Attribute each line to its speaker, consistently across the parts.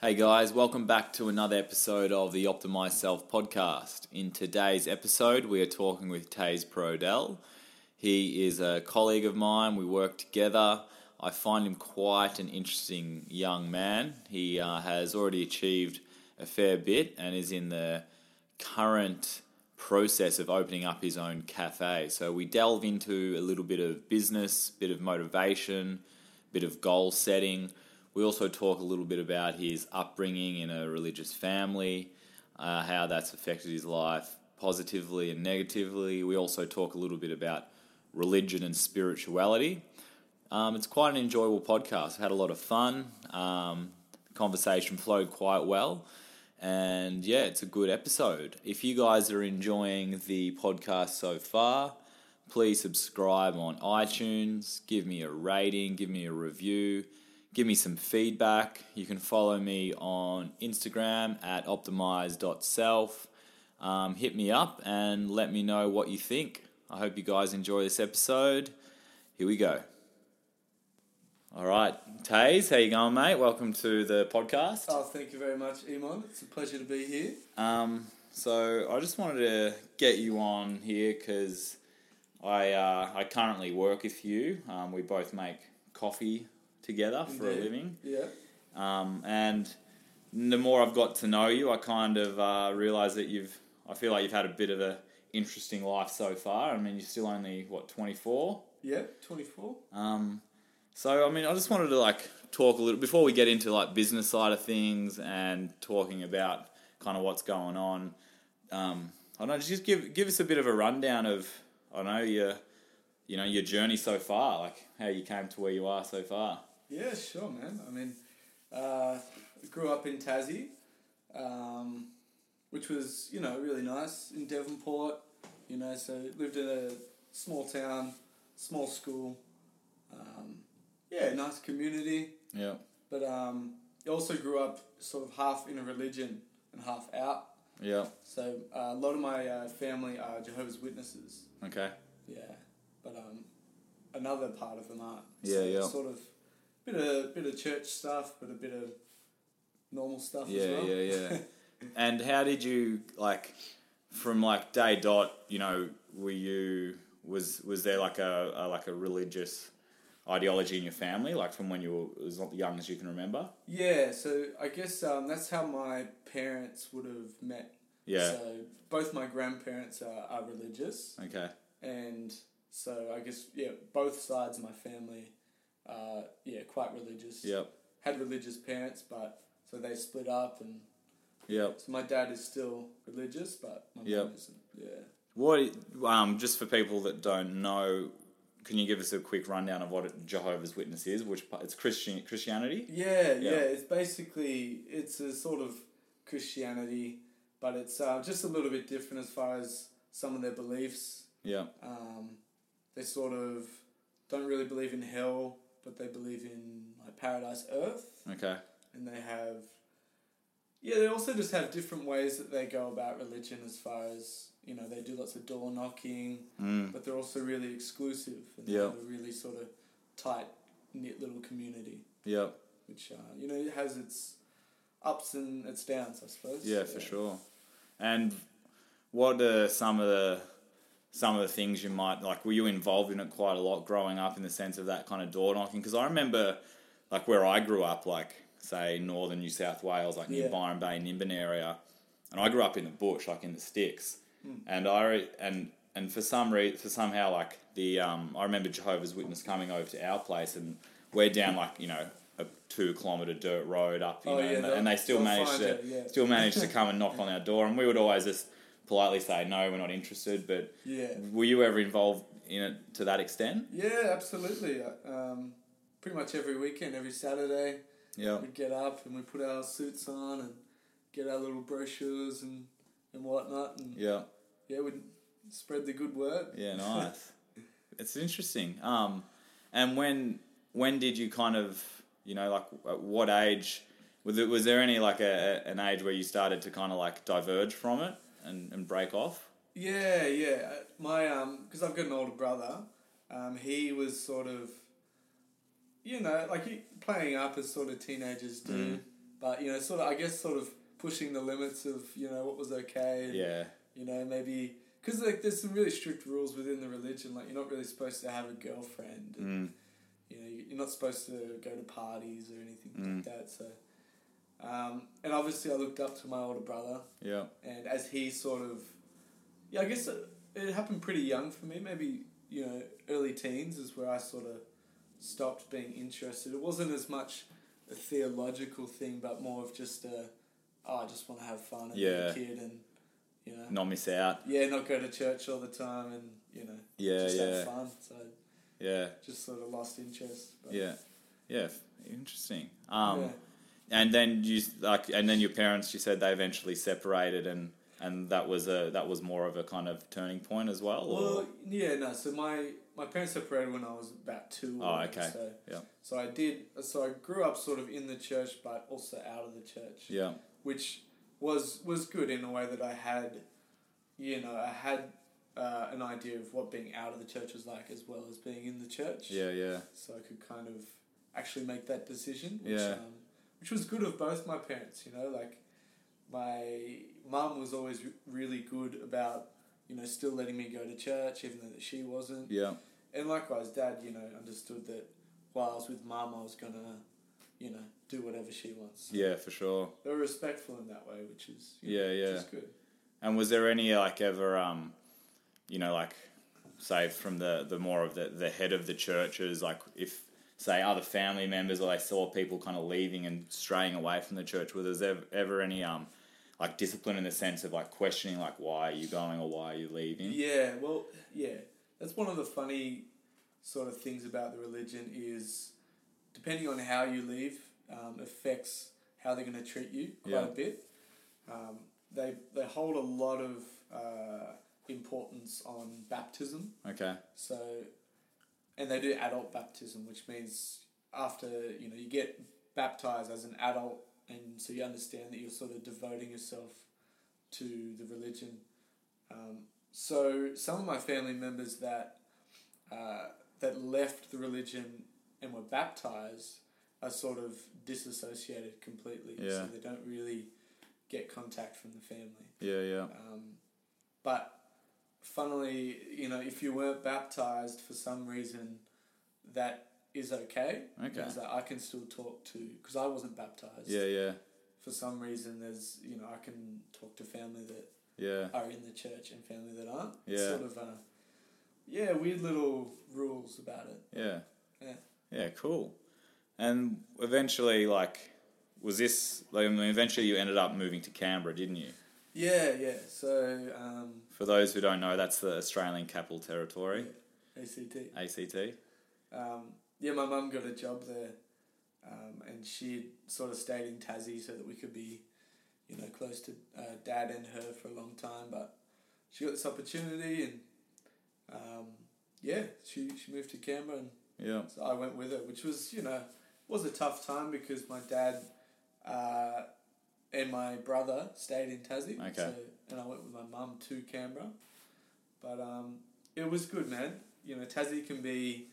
Speaker 1: Hey guys, welcome back to another episode of the Optimize Self podcast. In today's episode, we are talking with Taze Prodell. He is a colleague of mine. We work together. I find him quite an interesting young man. He uh, has already achieved a fair bit and is in the current process of opening up his own cafe. So we delve into a little bit of business, bit of motivation, bit of goal setting. We also talk a little bit about his upbringing in a religious family, uh, how that's affected his life positively and negatively. We also talk a little bit about religion and spirituality. Um, it's quite an enjoyable podcast. I've had a lot of fun. Um, conversation flowed quite well. And yeah, it's a good episode. If you guys are enjoying the podcast so far, please subscribe on iTunes, give me a rating, give me a review, give me some feedback. You can follow me on Instagram at optimize.self. Um, hit me up and let me know what you think. I hope you guys enjoy this episode. Here we go. All right, Taze, how you going, mate? Welcome to the podcast.
Speaker 2: Oh, thank you very much, Iman. It's a pleasure to be here.
Speaker 1: Um, so I just wanted to get you on here because I uh, I currently work with you. Um, we both make coffee together for a
Speaker 2: Indeed.
Speaker 1: living,
Speaker 2: uh, Yeah.
Speaker 1: um, and the more I've got to know you, I kind of uh, realize that you've I feel like you've had a bit of a interesting life so far. I mean, you're still only what 24.
Speaker 2: Yeah. 24.
Speaker 1: Um, so I mean, I just wanted to like talk a little before we get into like business side of things and talking about kind of what's going on. Um, I don't know, just give give us a bit of a rundown of I don't know your you know your journey so far, like how you came to where you are so far.
Speaker 2: Yeah, sure, man. I mean, uh, grew up in Tassie, um, which was, you know, really nice in Devonport. You know, so lived in a small town, small school. Um, yeah, nice community.
Speaker 1: Yeah,
Speaker 2: But um, also grew up sort of half in a religion and half out.
Speaker 1: yeah,
Speaker 2: So uh, a lot of my uh, family are Jehovah's Witnesses.
Speaker 1: okay,
Speaker 2: Yeah, but um, another part of them art.
Speaker 1: Yeah, yeah.
Speaker 2: Sort of bit of bit of church stuff, but a bit of normal stuff
Speaker 1: yeah,
Speaker 2: as well.
Speaker 1: yeah, yeah. and how did you like from like day dot? You know, were you was was there like a, a like a religious ideology in your family, like from when you were as young as you can remember?
Speaker 2: yeah. So I guess um, that's how my parents would have met.
Speaker 1: Yeah.
Speaker 2: So both my grandparents are, are religious,
Speaker 1: Okay.
Speaker 2: and so I guess yeah, both sides of my family, uh, yeah, quite religious.
Speaker 1: Yep.
Speaker 2: Had religious parents, but so they split up, and
Speaker 1: Yep.
Speaker 2: so my dad is still religious, but my
Speaker 1: Yep.
Speaker 2: mum isn't. Yeah.
Speaker 1: What um just for people that don't know, can you give us a quick rundown of what a Jehovah's Witness is? Which part, it's Christian Christianity?
Speaker 2: Yeah,
Speaker 1: Yeah.
Speaker 2: yeah. It's basically it's a sort of Christianity, but it's uh, just a little bit different as far as some of their beliefs.
Speaker 1: Yeah.
Speaker 2: Um, they sort of don't really believe in hell, but they believe in like paradise, earth,
Speaker 1: Okay.
Speaker 2: and they have. Yeah, they also just have different ways that they go about religion as far as, you know, they do lots of door knocking,
Speaker 1: Mm.
Speaker 2: but they're also really exclusive and
Speaker 1: Yeah.
Speaker 2: they have a really sort of tight knit little community
Speaker 1: Yep.
Speaker 2: which uh, you know it has its ups and its downs, I suppose.
Speaker 1: Yeah, for sure. And what are some of the some of the things you might like? Were you involved in it quite a lot growing up in the sense of that kind of door knocking? Because I remember, like where I grew up, like say northern New South Wales, like near
Speaker 2: Yeah.
Speaker 1: Byron Bay, Nimbin area, and I grew up in the bush, like in the sticks,
Speaker 2: Hmm.
Speaker 1: and I re- and and for some reason, for somehow like the um, I remember Jehovah's Witness coming over to our place, and we're down like you know a two kilometer dirt road up, you
Speaker 2: Oh,
Speaker 1: know,
Speaker 2: yeah,
Speaker 1: and,
Speaker 2: they'll-
Speaker 1: and they still
Speaker 2: they'll
Speaker 1: managed
Speaker 2: find
Speaker 1: to
Speaker 2: it, yeah.
Speaker 1: still managed to come and knock on our door, and we would always just politely say no, we're not interested. But
Speaker 2: Yeah,
Speaker 1: were you ever involved in it to that extent?
Speaker 2: yeah, absolutely. Uh, Um, pretty much every weekend, every Saturday,
Speaker 1: Yeah,
Speaker 2: we get up and we put our suits on and get our little brochures and and whatnot, and yeah,
Speaker 1: yeah,
Speaker 2: we spread the good word.
Speaker 1: yeah. Nice. it's interesting. Um, and when when did you kind of you know like at what age was it was there any like a, a- an age where you started to kind of like diverge from it and, and break off
Speaker 2: Yeah, yeah. Uh, My um, because I've got an older brother. Um, he was sort of, you know, like he, playing up as sort of teenagers do,
Speaker 1: Mm.
Speaker 2: but you know, sort of I guess sort of pushing the limits of you know what was okay. and,
Speaker 1: yeah
Speaker 2: You know, maybe because like there's some really strict rules within the religion. Like you're not really supposed to have a girlfriend. and,
Speaker 1: mm.
Speaker 2: you know, you're not supposed to go to parties or anything
Speaker 1: Mm.
Speaker 2: like that. So, um, and obviously I looked up to my older brother
Speaker 1: yeah
Speaker 2: and as he sort of, yeah, I guess it, it happened pretty young for me. Maybe you know, early teens is where I sort of stopped being interested. It wasn't as much a theological thing, but more of just a, oh, I just want to have fun and
Speaker 1: Yeah.
Speaker 2: be a kid, and you know,
Speaker 1: not miss out
Speaker 2: yeah, not go to church all the time, and you know,
Speaker 1: yeah
Speaker 2: just
Speaker 1: yeah
Speaker 2: have fun. So
Speaker 1: yeah
Speaker 2: just sort of lost interest. But,
Speaker 1: yeah yeah F- interesting um
Speaker 2: yeah.
Speaker 1: and then you like and then your parents you said they eventually separated and and that was a that was more of a kind of turning point as well or
Speaker 2: Well, yeah, no. So my my parents separated when I was about two. or
Speaker 1: Oh,
Speaker 2: whatever,
Speaker 1: okay.
Speaker 2: So,
Speaker 1: Yeah.
Speaker 2: So I did. So I grew up sort of in the church, but also out of the church,
Speaker 1: yeah
Speaker 2: which was was good in a way that I had, you know, I had uh, an idea of what being out of the church was like, as well as being in the church.
Speaker 1: yeah yeah
Speaker 2: So I could kind of actually make that decision, which,
Speaker 1: Yeah.
Speaker 2: um, which was good of both my parents, you know, like my mum was always re- really good about, you know, still letting me go to church, even though that she wasn't.
Speaker 1: yeah
Speaker 2: And likewise, dad, you know, understood that while I was with mum, I was going to, you know, do whatever she wants.
Speaker 1: yeah for sure
Speaker 2: They were respectful in that way, which is, you
Speaker 1: Yeah,
Speaker 2: know,
Speaker 1: yeah.
Speaker 2: Which is good.
Speaker 1: And was there any like ever, um, you know, like say from the the more of the the head of the churches, like if say other family members or they saw people kind of leaving and straying away from the church, was there ever, ever any um like discipline in the sense of like questioning like why are you going or why are you leaving?
Speaker 2: Yeah, well, yeah. That's one of the funny sort of things about the religion is depending on how you leave um, affects how they're going to treat you quite
Speaker 1: Yeah.
Speaker 2: a bit. Um, they they hold a lot of uh, importance on baptism.
Speaker 1: Okay.
Speaker 2: So, and they do adult baptism, which means after you know you get baptized as an adult, and so you understand that you're sort of devoting yourself to the religion. Um, so some of my family members that uh, that left the religion and were baptized are sort of disassociated completely.
Speaker 1: Yeah.
Speaker 2: So they don't really get contact from the family.
Speaker 1: Yeah, yeah,
Speaker 2: Um, but funnily, you know, if you weren't baptized for some reason, that is okay.
Speaker 1: Okay.
Speaker 2: Because I can still talk to, because I wasn't baptized.
Speaker 1: yeah, yeah,
Speaker 2: For some reason, there's, you know, I can talk to family that
Speaker 1: yeah.
Speaker 2: are in the church and family that aren't. It's
Speaker 1: Yeah.
Speaker 2: sort of, uh, yeah, weird little rules about it.
Speaker 1: Yeah.
Speaker 2: Yeah.
Speaker 1: Yeah, cool. And eventually, like, was this? Like, I mean, eventually, you ended up moving to Canberra, didn't you?
Speaker 2: Yeah, yeah. So, um,
Speaker 1: For those who don't know, that's the Australian Capital Territory,
Speaker 2: ACT.
Speaker 1: ACT.
Speaker 2: Um, yeah, my mum got a job there, um, and she sort of stayed in Tassie so that we could be, you know, close to uh, dad and her for a long time. But she got this opportunity, and um, yeah, she she moved to Canberra, and
Speaker 1: Yeah,
Speaker 2: so I went with her, which was you know was a tough time because my dad uh, and my brother stayed in Tassie,
Speaker 1: Okay.
Speaker 2: so, and I went with my mum to Canberra, but um, it was good, man. You know, Tassie can be,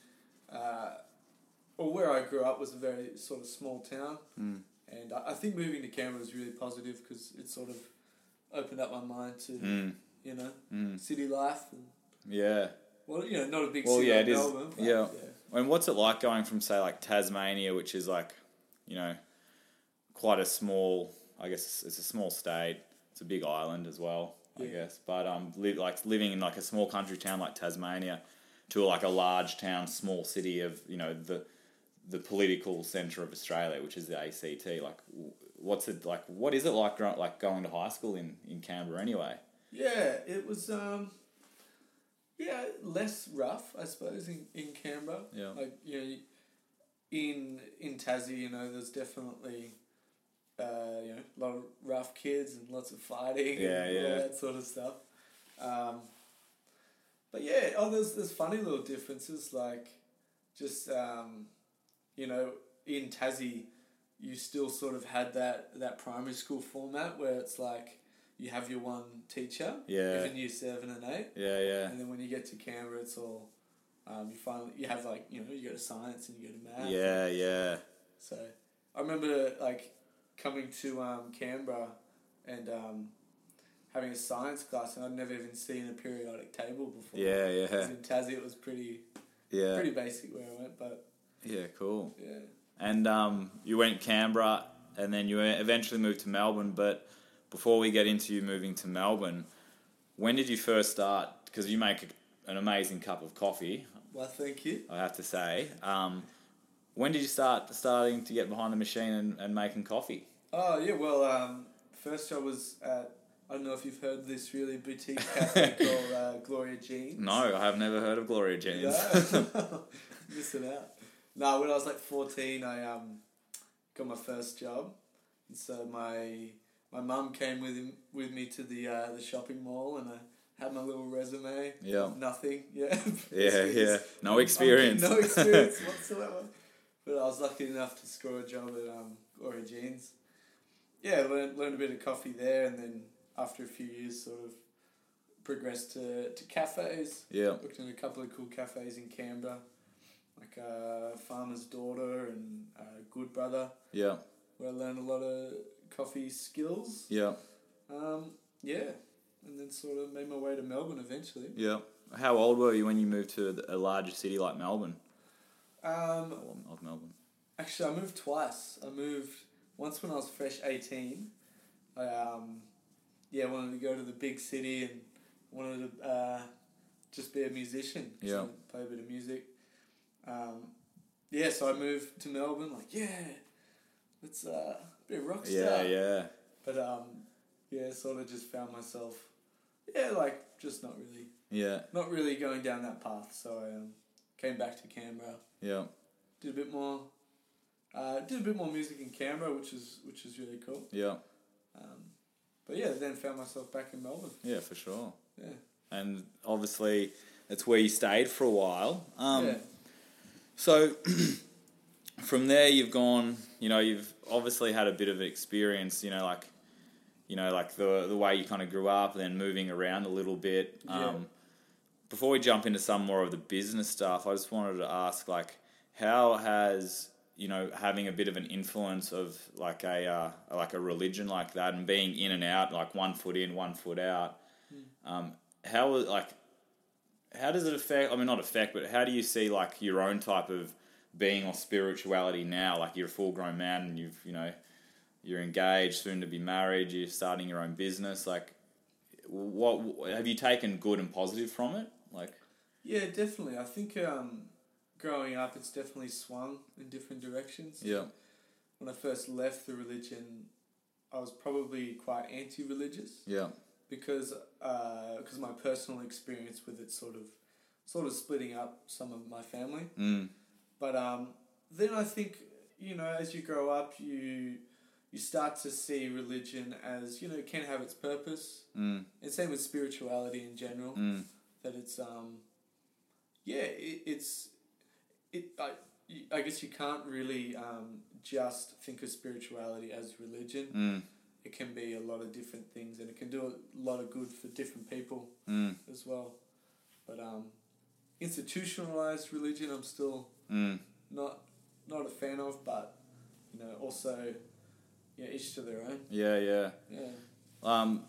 Speaker 2: uh, or where I grew up was a very sort of small town,
Speaker 1: mm.
Speaker 2: and I, I think moving to Canberra was really positive because it sort of opened up my mind to
Speaker 1: Mm.
Speaker 2: you know
Speaker 1: Mm.
Speaker 2: city life and
Speaker 1: yeah.
Speaker 2: well you know not a big
Speaker 1: Well,
Speaker 2: city
Speaker 1: yeah,
Speaker 2: like
Speaker 1: it is-
Speaker 2: Melbourne, but,
Speaker 1: yeah. And what's it like going from say like Tasmania, which is like, you know, quite a small. I guess it's a small state. It's a big island as well. I
Speaker 2: Yeah.
Speaker 1: guess, but um, li- like living in like a small country town like Tasmania, to like a large town, small city of you know the the political center of Australia, which is the ACT. Like, w- what's it like? What is it like? grow- Like going to high school in in Canberra anyway?
Speaker 2: Yeah, it was um yeah, less rough, I suppose, in, in Canberra.
Speaker 1: Yeah.
Speaker 2: Like, you know, in in Tassie, you know, there's definitely uh, you know, a lot of rough kids and lots of fighting
Speaker 1: Yeah,
Speaker 2: and
Speaker 1: yeah.
Speaker 2: all that sort of stuff. Um, but yeah, oh there's there's funny little differences like just um, you know, in Tassie, you still sort of had that that primary school format where it's like you have your one teacher,
Speaker 1: Yeah.
Speaker 2: even year seven and eight,
Speaker 1: Yeah, yeah.
Speaker 2: and then when you get to Canberra, it's all. Um, you finally you have like you know you go to science and you go to math.
Speaker 1: Yeah, yeah.
Speaker 2: So I remember like coming to um, Canberra and um, having a science class, and I'd never even seen a periodic table before.
Speaker 1: Yeah,
Speaker 2: 'Cause
Speaker 1: yeah.
Speaker 2: In Tassie, it was pretty
Speaker 1: Yeah.
Speaker 2: pretty basic where I went, but
Speaker 1: Yeah, cool.
Speaker 2: yeah.
Speaker 1: And um, you went Canberra, and then you eventually moved to Melbourne. But before we get into you moving to Melbourne, when did you first start? Because you make an amazing cup of coffee,
Speaker 2: Well, thank you.
Speaker 1: I have to say. Um, when did you start starting to get behind the machine and, and making coffee?
Speaker 2: Oh yeah, well, um, first I was at I don't know if you've heard this really boutique cafe called uh, Gloria Jeans.
Speaker 1: No, I have never heard of Gloria Jeans.
Speaker 2: No. Missing out. No, when I was like fourteen, I um, got my first job, and so my my mum came with him with me to the uh, the shopping mall, and I had my little resume.
Speaker 1: Yeah.
Speaker 2: Nothing. Yeah.
Speaker 1: yeah, yeah. No
Speaker 2: I'm- I'm-
Speaker 1: experience.
Speaker 2: No experience whatsoever. But I was lucky enough to score a job at um, Gloria Jeans. Yeah, learned, learned a bit of coffee there, and then after a few years, sort of progressed to, to cafes.
Speaker 1: yeah,
Speaker 2: Worked in a couple of cool cafes in Canberra, like uh, Farmer's Daughter and uh, Good Brother,
Speaker 1: yeah,
Speaker 2: where I learned a lot of coffee skills.
Speaker 1: yeah,
Speaker 2: Um, yeah, and then sort of made my way to Melbourne eventually.
Speaker 1: yeah. How old were you when you moved to th- a larger city like Melbourne?
Speaker 2: Um,
Speaker 1: Of of Melbourne.
Speaker 2: Actually, I moved twice. I moved once when I was fresh eighteen. I um, yeah, wanted to go to the big city and wanted to uh, just be a musician. 'cause I
Speaker 1: Yeah.
Speaker 2: play a bit of music. Um, yeah, so I moved to Melbourne. Like, yeah, let's uh, be a rock star.
Speaker 1: Yeah, yeah.
Speaker 2: But um, yeah, sort of just found myself, yeah, like just not really,
Speaker 1: Yeah,
Speaker 2: not really going down that path. So I um, came back to Canberra
Speaker 1: yeah,
Speaker 2: did a bit more uh, did a bit more music in Canberra which is which is really cool
Speaker 1: yeah,
Speaker 2: um, but yeah then found myself back in Melbourne
Speaker 1: yeah, for sure.
Speaker 2: yeah
Speaker 1: And obviously, that's where you stayed for a while. Um,
Speaker 2: yeah
Speaker 1: So, from there, you've gone. You know, you've obviously had a bit of experience. You know, like, you know, like the the way you kind of grew up, then moving around a little bit. Um,
Speaker 2: Yeah.
Speaker 1: Before we jump into some more of the business stuff, I just wanted to ask, like, how has you know having a bit of an influence of like a uh, like a religion like that and being in and out, like one foot in, one foot out. Um, how like how does it affect i mean not affect but how do you see like your own type of being or spirituality now like you're a full grown man and you've you know you're engaged soon to be married you're starting your own business like what have you taken good and positive from it like
Speaker 2: yeah definitely I think um, growing up it's definitely swung in different directions when I first left the religion I was probably quite anti-religious
Speaker 1: yeah
Speaker 2: because because my personal experience with it sort of sort of splitting up some of my family
Speaker 1: mm,
Speaker 2: But um, then I think you know, as you grow up, you you start to see religion as you know it can have its purpose,
Speaker 1: mm,
Speaker 2: and same with spirituality in general.
Speaker 1: mm,
Speaker 2: That it's um, yeah, it, it's it. I, you- I guess you can't really um, just think of spirituality as religion.
Speaker 1: mm,
Speaker 2: It can be a lot of different things, and it can do a lot of good for different people
Speaker 1: mm,
Speaker 2: as well. But um, institutionalized religion, I'm still
Speaker 1: mm.
Speaker 2: not not a fan of, but you know, also yeah, each to their own.
Speaker 1: yeah yeah
Speaker 2: Yeah.
Speaker 1: Um,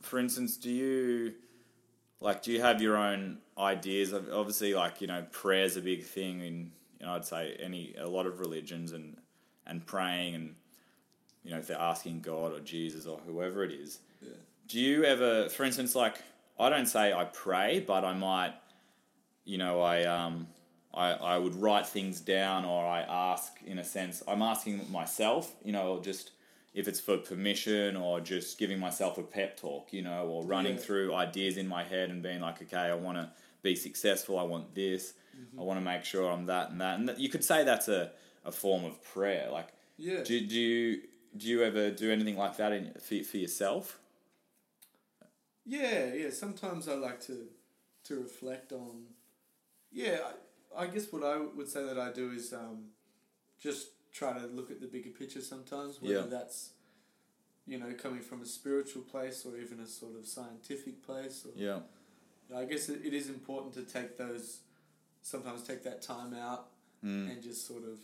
Speaker 1: for instance, do you like do you have your own ideas? Ob- Obviously, like you know, prayer's a big thing in you know I'd say any a lot of religions and and praying and you know if they're asking God or Jesus or whoever it is.
Speaker 2: Yeah.
Speaker 1: Do you ever, for instance, like I don't say I pray, but I might, you know, I um, I I would write things down, or I ask in a sense. I'm asking myself, you know, just if it's for permission, or just giving myself a pep talk, you know, or running
Speaker 2: Yeah.
Speaker 1: through ideas in my head and being like, okay, I want to be successful. I want this.
Speaker 2: Mm-hmm.
Speaker 1: I want to make sure I'm that and that. And that, you could say that's a a form of prayer, like.
Speaker 2: Yeah.
Speaker 1: Do, do you do you ever do anything like that in, for, for yourself?
Speaker 2: yeah, yeah. Sometimes I like to to reflect on yeah, I, I guess what I would say that I do is um just try to look at the bigger picture sometimes, whether
Speaker 1: Yeah.
Speaker 2: that's you know coming from a spiritual place or even a sort of scientific place. Or,
Speaker 1: Yeah.
Speaker 2: I guess it, it is important to take those sometimes take that time out
Speaker 1: Mm.
Speaker 2: and just sort of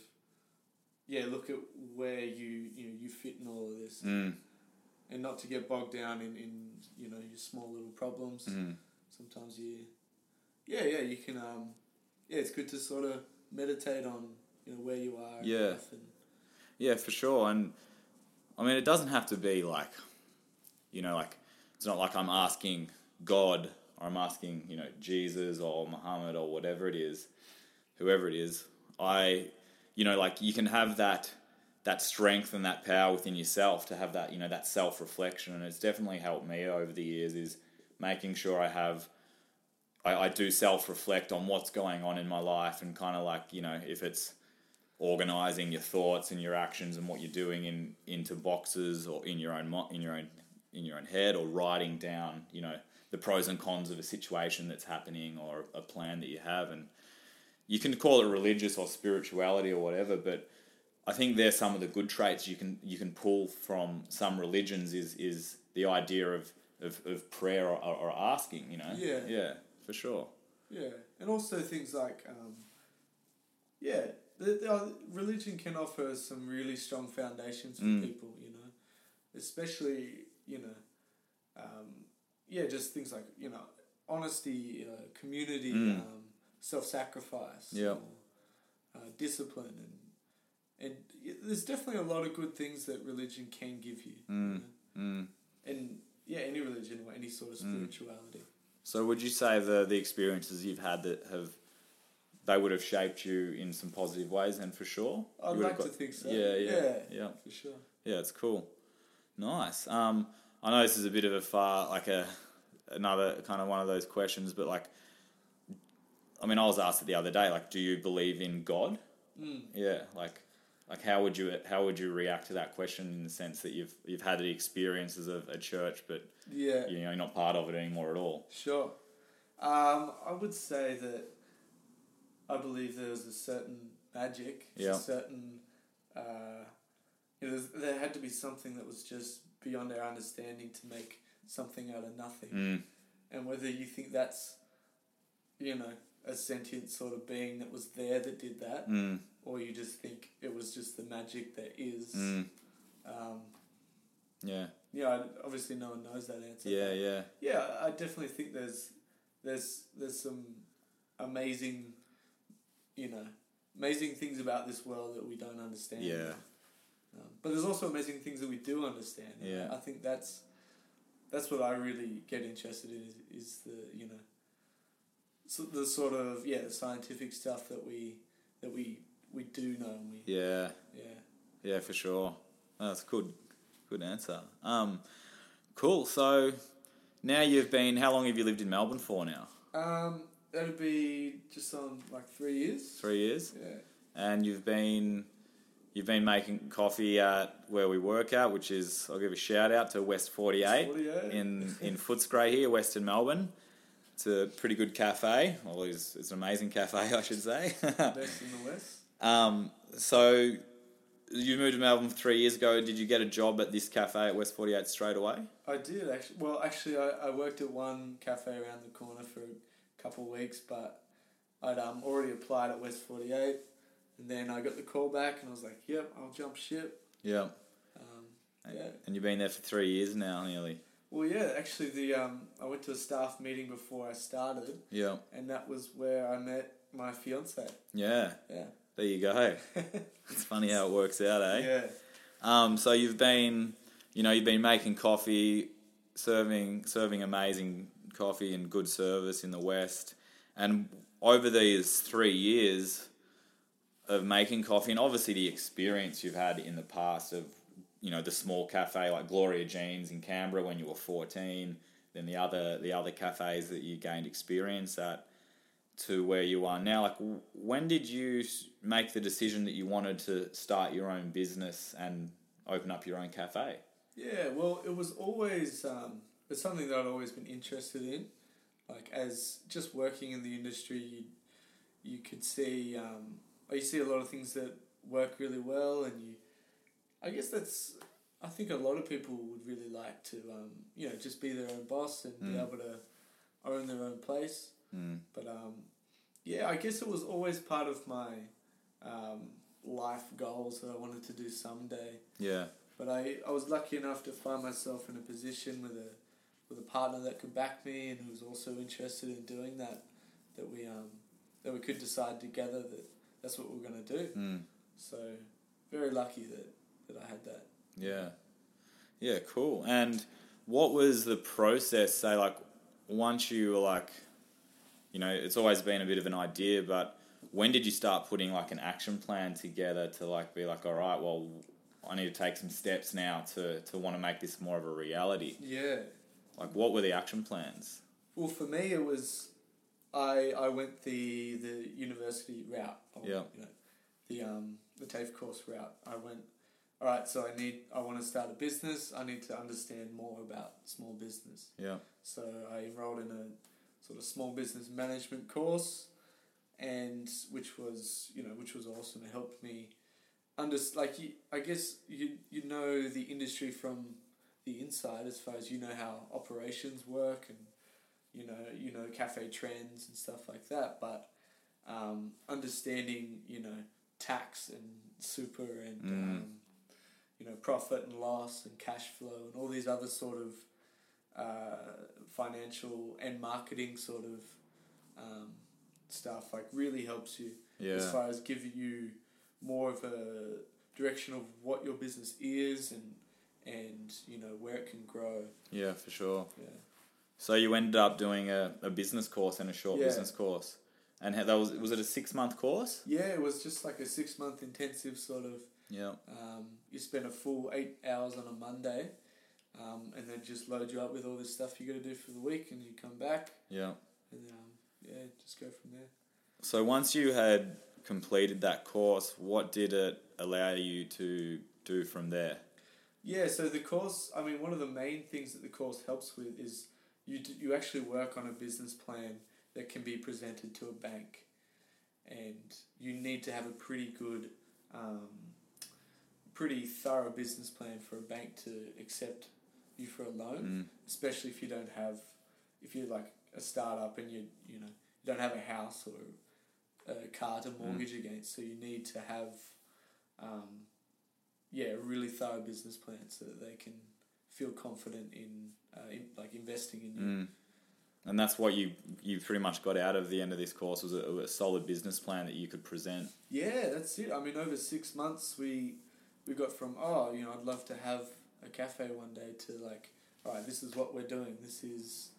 Speaker 2: yeah look at where you you know you fit in all of this
Speaker 1: Mm.
Speaker 2: and not to get bogged down in, in you know your small little problems.
Speaker 1: Mm.
Speaker 2: Sometimes you yeah yeah you can um yeah it's good to sort of meditate on you know where you are. and
Speaker 1: Yeah.
Speaker 2: stuff and,
Speaker 1: Yeah, for sure. And I mean, it doesn't have to be like, you know, like it's not like I'm asking God or I'm asking, you know, Jesus or Muhammad or whatever it is, whoever it is. I, you know, like you can have that that strength and that power within yourself to have that, you know, that self reflection. And it's definitely helped me over the years is making sure I have I, I do self reflect on what's going on in my life and kind of like you know if it's organizing your thoughts and your actions and what you're doing in into boxes or in your own mo- in your own in your own head or writing down you know the pros and cons of a situation that's happening or a plan that you have and you can call it religious or spirituality or whatever but I think they're some of the good traits you can you can pull from some religions is is the idea of of, of prayer or, or asking you know
Speaker 2: Yeah.
Speaker 1: yeah for sure
Speaker 2: Yeah, and also things like, um, yeah, the, the, uh, religion can offer some really strong foundations for
Speaker 1: Mm.
Speaker 2: people, you know, especially, you know, um, yeah, just things like, you know, honesty, uh, community,
Speaker 1: Mm.
Speaker 2: um, self sacrifice,
Speaker 1: Yeah.
Speaker 2: uh, discipline, and, and y- there's definitely a lot of good things that religion can give you. you
Speaker 1: Mm.
Speaker 2: know?
Speaker 1: mm.
Speaker 2: And yeah, any religion or any sort of spirituality.
Speaker 1: So would you say the the experiences you've had that have they would have shaped you in some positive ways and for sure?
Speaker 2: I'd
Speaker 1: You would
Speaker 2: like
Speaker 1: have
Speaker 2: to think so.
Speaker 1: Yeah, yeah.
Speaker 2: Yeah.
Speaker 1: Yeah.
Speaker 2: For sure.
Speaker 1: Yeah, it's cool. Nice. Um I know this is a bit of a far like a another kind of one of those questions, but like I mean I was asked it the other day, like, do you believe in God?
Speaker 2: Mm.
Speaker 1: Yeah, like like how would you how would you react to that question in the sense that you've you've had the experiences of a church but
Speaker 2: Yeah.
Speaker 1: you know you're not part of it anymore at all?
Speaker 2: Sure. Um, I would say that I believe there's a certain magic,
Speaker 1: Yeah.
Speaker 2: a certain. Uh, you know, there's- there had to be something that was just beyond our understanding to make something out of nothing.
Speaker 1: Mm.
Speaker 2: And whether you think that's, you know, a sentient sort of being that was there that did that,
Speaker 1: Mm.
Speaker 2: or you just think it was just the magic that is.
Speaker 1: Mm.
Speaker 2: Um,
Speaker 1: Yeah.
Speaker 2: yeah, I- obviously no one knows that answer.
Speaker 1: Yeah, yeah.
Speaker 2: Yeah, I- I definitely think there's there's there's some amazing, you know, amazing things about this world that we don't understand.
Speaker 1: Yeah.
Speaker 2: Um, but there's also amazing things that we do understand. and
Speaker 1: Yeah.
Speaker 2: I think that's that's what I really get interested in is, is the you know, so the sort of yeah the scientific stuff that we that we we do know and we
Speaker 1: Yeah,
Speaker 2: yeah.
Speaker 1: yeah, for sure. That's good. Good answer. Um, cool. So now you've been. How long have you lived in Melbourne for now?
Speaker 2: Um, that'd be just on like three years.
Speaker 1: Three years.
Speaker 2: Yeah.
Speaker 1: And you've been you've been making coffee at where we work at, which is I'll give a shout out to West Forty Eight
Speaker 2: 48.
Speaker 1: in in Footscray here, Western Melbourne. It's a pretty good cafe. Well, it's, it's an amazing cafe, I should say.
Speaker 2: Best in the West.
Speaker 1: um, so you moved to Melbourne three years ago. Did you get a job at this cafe at West Forty Eight straight away?
Speaker 2: I did actually. Well, actually, I, I worked at one cafe around the corner for a couple of weeks, but I'd um, already applied at West Forty Eight, and then I got the call back, and I was like, "Yep, I'll jump ship."
Speaker 1: Yeah.
Speaker 2: Um,
Speaker 1: And,
Speaker 2: Yeah.
Speaker 1: and you've been there for three years now, nearly.
Speaker 2: well, yeah, actually, the um, I went to a staff meeting before I started,
Speaker 1: Yeah.
Speaker 2: and that was where I met my fiance.
Speaker 1: Yeah.
Speaker 2: Yeah,
Speaker 1: There you go. it's funny how it works out, eh?
Speaker 2: yeah,
Speaker 1: Um, so you've been, you know, you've been making coffee, serving, serving amazing coffee and good service in the West, and over these three years of making coffee, and obviously the experience you've had in the past of, you know, the small cafe like Gloria Jean's in Canberra when you were fourteen, then the other the other cafes that you gained experience at. To where you are now, like w- when did you s- make the decision that you wanted to start your own business and open up your own cafe?
Speaker 2: yeah. Well, it was always um, it's something that I'd always been interested in. like as just working in the industry you, you could see um, you see a lot of things that work really well, and you. I guess that's. I think a lot of people would really like to, um, you know, just be their own boss and be
Speaker 1: Mm.
Speaker 2: able to own their own place.
Speaker 1: Mm.
Speaker 2: But um, yeah, I guess it was always part of my um, life goals that I wanted to do someday.
Speaker 1: Yeah.
Speaker 2: But I, I was lucky enough to find myself in a position with a with a partner that could back me and who was also interested in doing that. That we um that we could decide together that that's what we're gonna do.
Speaker 1: Mm.
Speaker 2: So very lucky that, that I had that.
Speaker 1: Yeah. Yeah, cool. And what was the process, say, like, once you were like, you know, it's always been a bit of an idea, but when did you start putting like an action plan together to like be like, all right, well, I need to take some steps now to, to want to make this more of a reality?
Speaker 2: Yeah.
Speaker 1: Like, what were the action plans?
Speaker 2: Well, for me, it was I I went the the university route. Or,
Speaker 1: Yeah.
Speaker 2: You know, the um the TAFE course route. I went. All right, so I need I want to start a business. I need to understand more about small business.
Speaker 1: Yeah.
Speaker 2: So I enrolled in a sort of small business management course, and which was you know which was awesome. It helped me under like you, I guess you you know the industry from the inside as far as you know how operations work and you know you know cafe trends and stuff like that. But um, understanding you know tax and super and
Speaker 1: Mm.
Speaker 2: um, you know profit and loss and cash flow and all these other sort of uh, financial and marketing sort of um, stuff like really helps you as
Speaker 1: Yeah.
Speaker 2: far as giving you more of a direction of what your business is and and you know where it can grow
Speaker 1: Yeah, for sure.
Speaker 2: yeah
Speaker 1: So you ended up doing a, a business course and a short
Speaker 2: Yeah.
Speaker 1: business course. And how- that was, was it a six month course?
Speaker 2: yeah it was just like a six month intensive sort of
Speaker 1: Yeah.
Speaker 2: um, you spend a full eight hours on a monday um, and then just load you up with all this stuff you got to do for the week and you come back
Speaker 1: Yeah.
Speaker 2: and um, yeah just go from there
Speaker 1: So once you had completed that course, what did it allow you to do from there?
Speaker 2: Yeah, so the course, I mean, one of the main things that the course helps with is you, d- you actually work on a business plan that can be presented to a bank. And you need to have a pretty good, um, pretty thorough business plan for a bank to accept you for a loan,
Speaker 1: Mm.
Speaker 2: especially if you don't have, if you're like a startup and you, you know, you don't have a house or a car to mortgage against. So you need to have, um, yeah, a really thorough business plan so that they can feel confident in, uh, in like investing in you.
Speaker 1: Mm. And that's what you you pretty much got out of the end of this course was a, a solid business plan that you could present.
Speaker 2: Yeah, that's it. I mean, over six months, we we got from oh, you know, I'd love to have a cafe one day to like, all right, this is what we're doing. This is,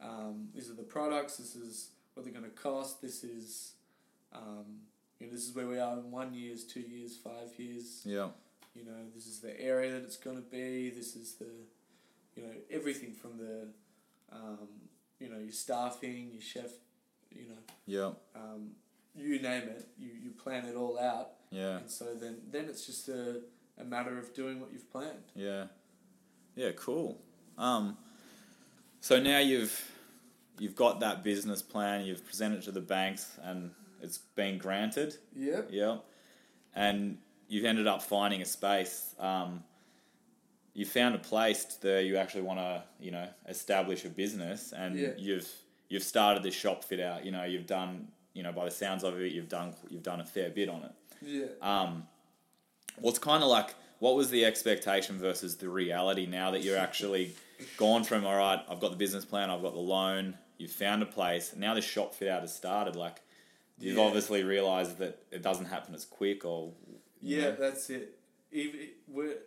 Speaker 2: um, these are the products. This is what they're going to cost. This is, um, you know, this is where we are in one years, two years, five years.
Speaker 1: Yeah.
Speaker 2: you know this is the area that it's going to be this is the you know everything from the um, you know your staffing your chef you know
Speaker 1: Yeah.
Speaker 2: um, you name it you, you plan it all out
Speaker 1: Yeah.
Speaker 2: and so then then it's just a, a matter of doing what you've planned
Speaker 1: Yeah. Yeah, cool. Um so now you've you've got that business plan, you've presented it to the banks and it's been granted.
Speaker 2: yep
Speaker 1: Yeah. And you've ended up finding a space. Um, you found a place that you actually want to, you know, establish a business, and
Speaker 2: Yeah.
Speaker 1: you've you've started this shop fit out. You know, you've done, you know, by the sounds of it, you've done you've done a fair bit on it.
Speaker 2: yeah
Speaker 1: Um, what's kind of like what was the expectation versus the reality now that you're actually gone from all right, I've got the business plan, I've got the loan, you've found a place, now this shop fit out has started. Like you've
Speaker 2: Yeah.
Speaker 1: obviously realised that it doesn't happen as quick or you
Speaker 2: yeah,
Speaker 1: know.
Speaker 2: that's it even, we're,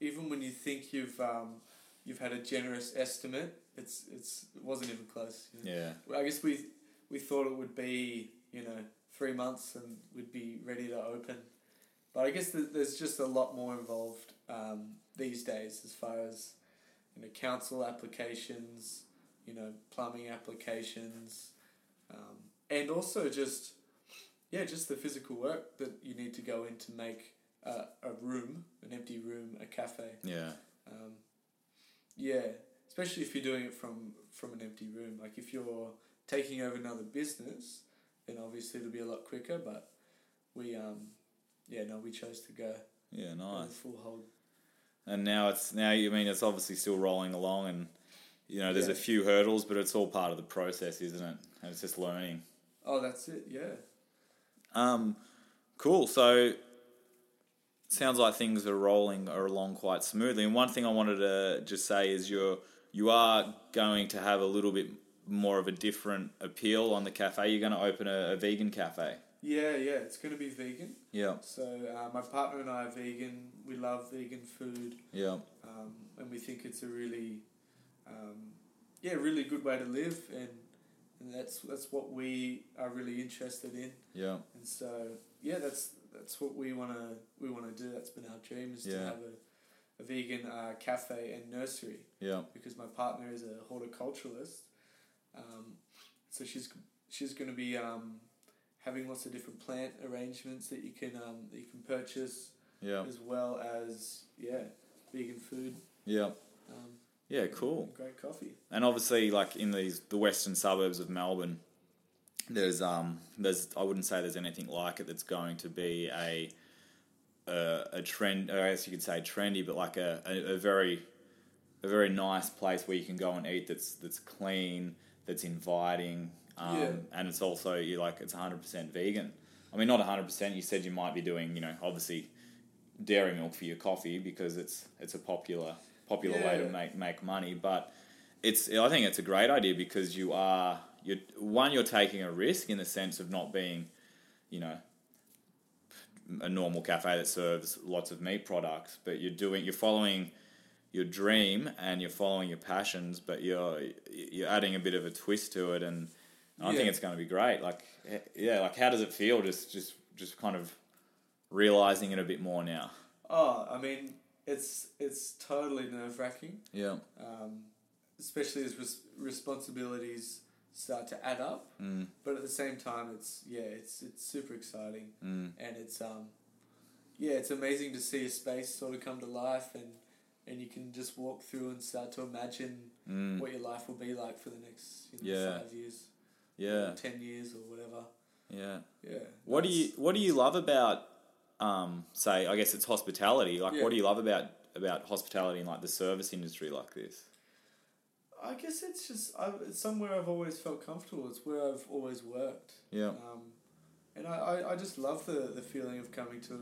Speaker 2: even when you think you've um, you've had a generous estimate it's it's it wasn't even close you know?
Speaker 1: yeah
Speaker 2: Well, I guess we we thought it would be you know three months and we'd be ready to open, but I guess th- there's just a lot more involved um, these days as far as you know council applications, you know plumbing applications, um, and also just yeah just the physical work that you need to go in to make uh, a room, an empty room, a cafe.
Speaker 1: yeah
Speaker 2: Um, yeah, especially if you're doing it from from an empty room. Like if you're taking over another business, then obviously it'll be a lot quicker. But we, um, yeah, no, we chose to go
Speaker 1: Yeah,
Speaker 2: with the
Speaker 1: nice.
Speaker 2: full hold.
Speaker 1: And now it's now you I mean it's obviously still rolling along, and you know there's
Speaker 2: Yeah.
Speaker 1: a few hurdles, but it's all part of the process, isn't it? And it's just learning.
Speaker 2: Oh, that's it. Yeah.
Speaker 1: Um, cool. So sounds like things are rolling are along quite smoothly. And one thing I wanted to just say is you're you are going to have a little bit more of a different appeal on the cafe. You're going to open a, a vegan cafe.
Speaker 2: Yeah, yeah. It's gonna be vegan.
Speaker 1: Yeah,
Speaker 2: So uh, my partner and I are vegan. We love vegan food,
Speaker 1: yeah,
Speaker 2: um, and we think it's a really, um, yeah, really good way to live, and and that's that's what we are really interested in.
Speaker 1: yeah,
Speaker 2: And so yeah, that's that's what we wanna we wanna do. That's been our dream is to
Speaker 1: Yeah.
Speaker 2: have a, a vegan uh, cafe and nursery
Speaker 1: yeah,
Speaker 2: because my partner is a horticulturalist. Um, so she's she's going to be um, having lots of different plant arrangements that you can um, that you can purchase
Speaker 1: yeah,
Speaker 2: as well as yeah vegan food.
Speaker 1: yeah.
Speaker 2: Um,
Speaker 1: Yeah, cool.
Speaker 2: and Great coffee.
Speaker 1: And obviously, like in these the western suburbs of Melbourne, there's um there's I wouldn't say there's anything like it that's going to be a a, a trend. I guess you could say trendy, but like a, a, a very a very nice place where you can go and eat that's that's clean, that's inviting, um,
Speaker 2: Yeah.
Speaker 1: and it's also you like it's 100% vegan. I mean, not 100%. You said you might be doing, you know, obviously dairy milk for your coffee because it's it's a popular popular way to
Speaker 2: Yeah.
Speaker 1: make make money, but it's I think it's a great idea because you are you one you're taking a risk in the sense of not being, you know, a normal cafe that serves lots of meat products, but you're doing you're following your dream and you're following your passions, but you're you're adding a bit of a twist to it, and I think
Speaker 2: Yeah.
Speaker 1: it's going to be great. Like, eh, yeah, like how does it feel? Just just just kind of realizing it a bit more now.
Speaker 2: Oh, I mean it's it's totally nerve wracking,
Speaker 1: Yeah,
Speaker 2: um, especially as res- responsibilities start to add up.
Speaker 1: mm,
Speaker 2: But at the same time, it's yeah, it's it's super exciting.
Speaker 1: mm,
Speaker 2: and it's um yeah it's amazing to see a space sort of come to life and and you can just walk through and start to imagine
Speaker 1: mm,
Speaker 2: what your life will be like for the next you know,
Speaker 1: Yeah.
Speaker 2: five years
Speaker 1: yeah,
Speaker 2: or ten years or whatever
Speaker 1: yeah.
Speaker 2: yeah
Speaker 1: What do
Speaker 2: that's-
Speaker 1: you What do you love about, um, say, I guess it's hospitality. Like,
Speaker 2: Yeah.
Speaker 1: what do you love about about hospitality and like the service industry like this?
Speaker 2: I guess it's just I, it's somewhere I've always felt comfortable it's where I've always worked
Speaker 1: Yeah,
Speaker 2: um, and I, I, I just love the, the feeling of coming to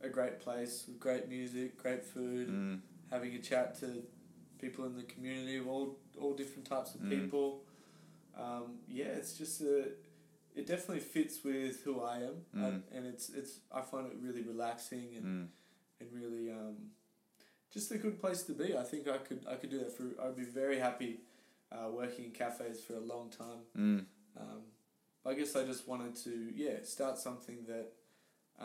Speaker 2: a, a great place with great music great food
Speaker 1: mm,
Speaker 2: having a chat to people in the community of all all different types of
Speaker 1: Mm.
Speaker 2: people. Um, yeah, it's just a, it definitely fits with who I am, and, and it's it's I find it really relaxing and,
Speaker 1: mm.
Speaker 2: and really um, just a good place to be. I think I could I could do that for I'd be very happy uh, working in cafes for a long time.
Speaker 1: Mm,
Speaker 2: Um, I guess I just wanted to yeah start something that.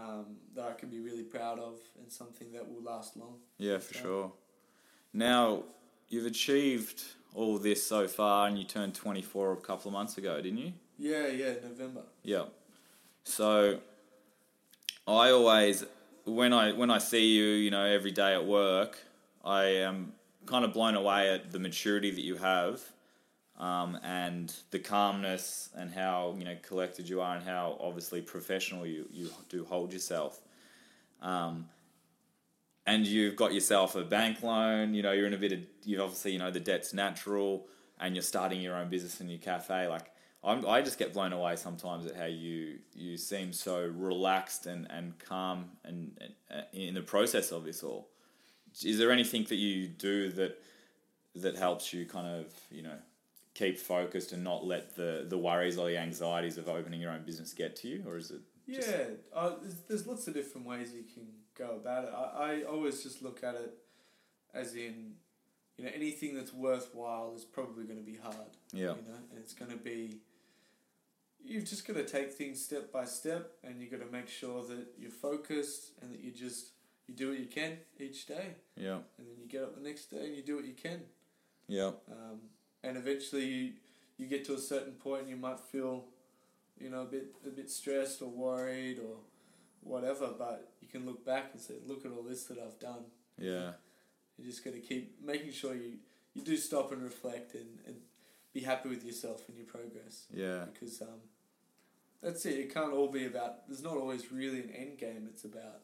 Speaker 2: Um, that I can be really proud of, and something that will last long.
Speaker 1: yeah, for
Speaker 2: So-
Speaker 1: sure. Now you've achieved all this so far, and you turned twenty four a couple of months ago, didn't you?
Speaker 2: Yeah, yeah, November.
Speaker 1: Yeah. So I always when I when I see you, you know, every day at work, I am kind of blown away at the maturity that you have. Um, and the calmness and how you know collected you are and how obviously professional you, you do hold yourself um, and you've got yourself a bank loan. You know, you're in a bit of you obviously you know the debt's natural, and you're starting your own business in your cafe. Like I'm, I just get blown away sometimes at how you you seem so relaxed and and calm and, and uh, in the process of this all. Is there anything that you do that that helps you kind of you know? keep focused and not let the, the worries or the anxieties of opening your own business get to you or is it
Speaker 2: Yeah,
Speaker 1: just-
Speaker 2: uh, there's, there's lots of different ways you can go about it. I, I always just look at it as in, you know, anything that's worthwhile is probably going to be hard.
Speaker 1: yeah
Speaker 2: You know, and it's going to be. You've just got to take things step by step, and you got to make sure that you're focused and that you just you do what you can each day,
Speaker 1: yeah
Speaker 2: and then you get up the next day and you do what you can.
Speaker 1: yeah
Speaker 2: Um, and eventually you, you get to a certain point and you might feel, you know, a bit a bit stressed or worried or whatever, but you can look back and say, look at all this that I've done.
Speaker 1: yeah
Speaker 2: You're just gonna keep making sure you, you do stop and reflect and, and be happy with yourself and your progress.
Speaker 1: yeah
Speaker 2: Because um that's it. It can't all be about. There's not always really an end game. It's about,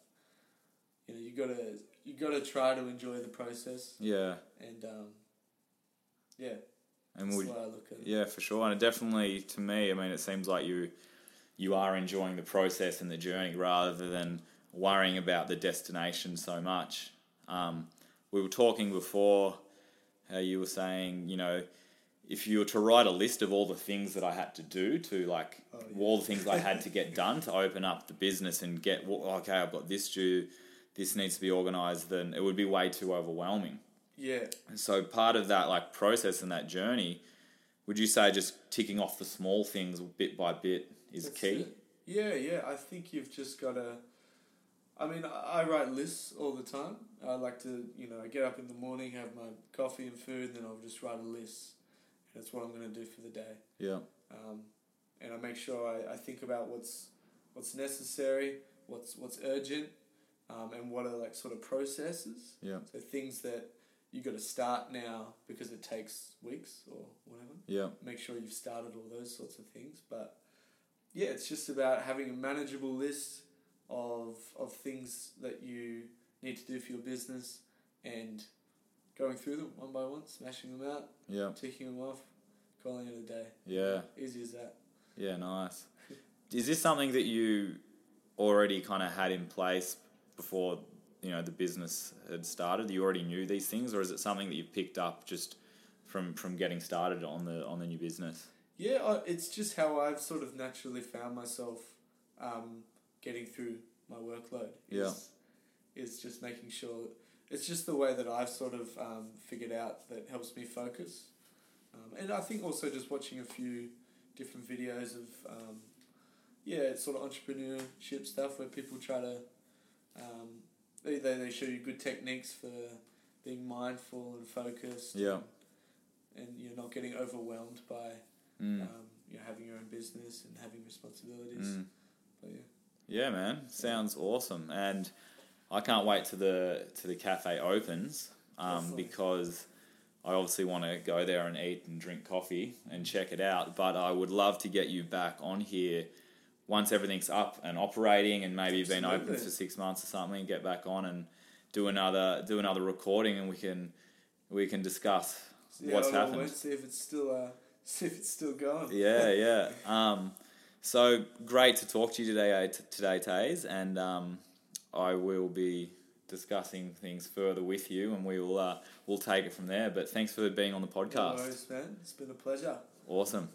Speaker 2: you know, you gotta you gotta try to enjoy the process
Speaker 1: Yeah.
Speaker 2: and um, yeah,
Speaker 1: And
Speaker 2: that's
Speaker 1: would
Speaker 2: the way I look at it.
Speaker 1: Yeah, for sure, and it definitely to me, I mean, it seems like you you are enjoying the process and the journey rather than worrying about the destination so much. Um, we were talking before how you were saying, you know, if you were to write a list of all the things that I had to do to like all the things I had to get done to open up the business and get well, okay, I've got this due, this needs to be organized, then it would be way too overwhelming.
Speaker 2: Yeah,
Speaker 1: And so part of that like process and that journey, would you say just ticking off the small things bit by bit is
Speaker 2: That's
Speaker 1: key?
Speaker 2: it. Yeah, yeah. I think you've just got to. I mean, I I write lists all the time. I like to, you know, I get up in the morning, have my coffee and food, then I'll just write a list. And that's what I'm going to do for the day.
Speaker 1: Yeah.
Speaker 2: Um, and I make sure I, I think about what's what's necessary, what's what's urgent, um, and what are like sort of processes.
Speaker 1: Yeah.
Speaker 2: So things that you got to start now because it takes weeks or whatever
Speaker 1: Yeah.
Speaker 2: make sure you've started all those sorts of things. But yeah, it's just about having a manageable list of of things that you need to do for your business and going through them one by one, smashing them out,
Speaker 1: Yeah.
Speaker 2: ticking them off, calling it a day.
Speaker 1: Yeah.
Speaker 2: Easy as that.
Speaker 1: Yeah, nice. Is this something that you already kind of had in place before, you know, the business had started? You already knew these things or is it something that you picked up just from from getting started on the on the new business?
Speaker 2: Yeah, I- it's just how I've sort of naturally found myself um, getting through my workload. Is, is just making sure. It's just the way that I've sort of um, figured out that helps me focus, um, and I think also just watching a few different videos of, um, yeah, it's sort of entrepreneurship stuff where people try to, um, they, they they show you good techniques for being mindful and focused.
Speaker 1: Yeah.
Speaker 2: And, and you're not getting overwhelmed by
Speaker 1: Mm.
Speaker 2: um, you know, having your own business and having responsibilities.
Speaker 1: Mm.
Speaker 2: But yeah.
Speaker 1: Yeah, man, sounds awesome, and I can't wait to the to the cafe opens um,
Speaker 2: Definitely.
Speaker 1: because I obviously want to go there and eat and drink coffee and check it out. But I would love to get you back on here once everything's up and operating, and maybe been open
Speaker 2: Absolutely.
Speaker 1: for six months or something. and Get back on and do another do another recording, and we can we can discuss
Speaker 2: See
Speaker 1: what's
Speaker 2: how it all
Speaker 1: happened.
Speaker 2: went, see if it's still uh, see if it's still going.
Speaker 1: Yeah, yeah. Um, so great to talk to you today, eh, t- today, Taze, and um, I will be discussing things further with you, and we will uh, we'll take it from there. But thanks for being on the
Speaker 2: No
Speaker 1: podcast.
Speaker 2: worries, man. It's been a pleasure.
Speaker 1: Awesome.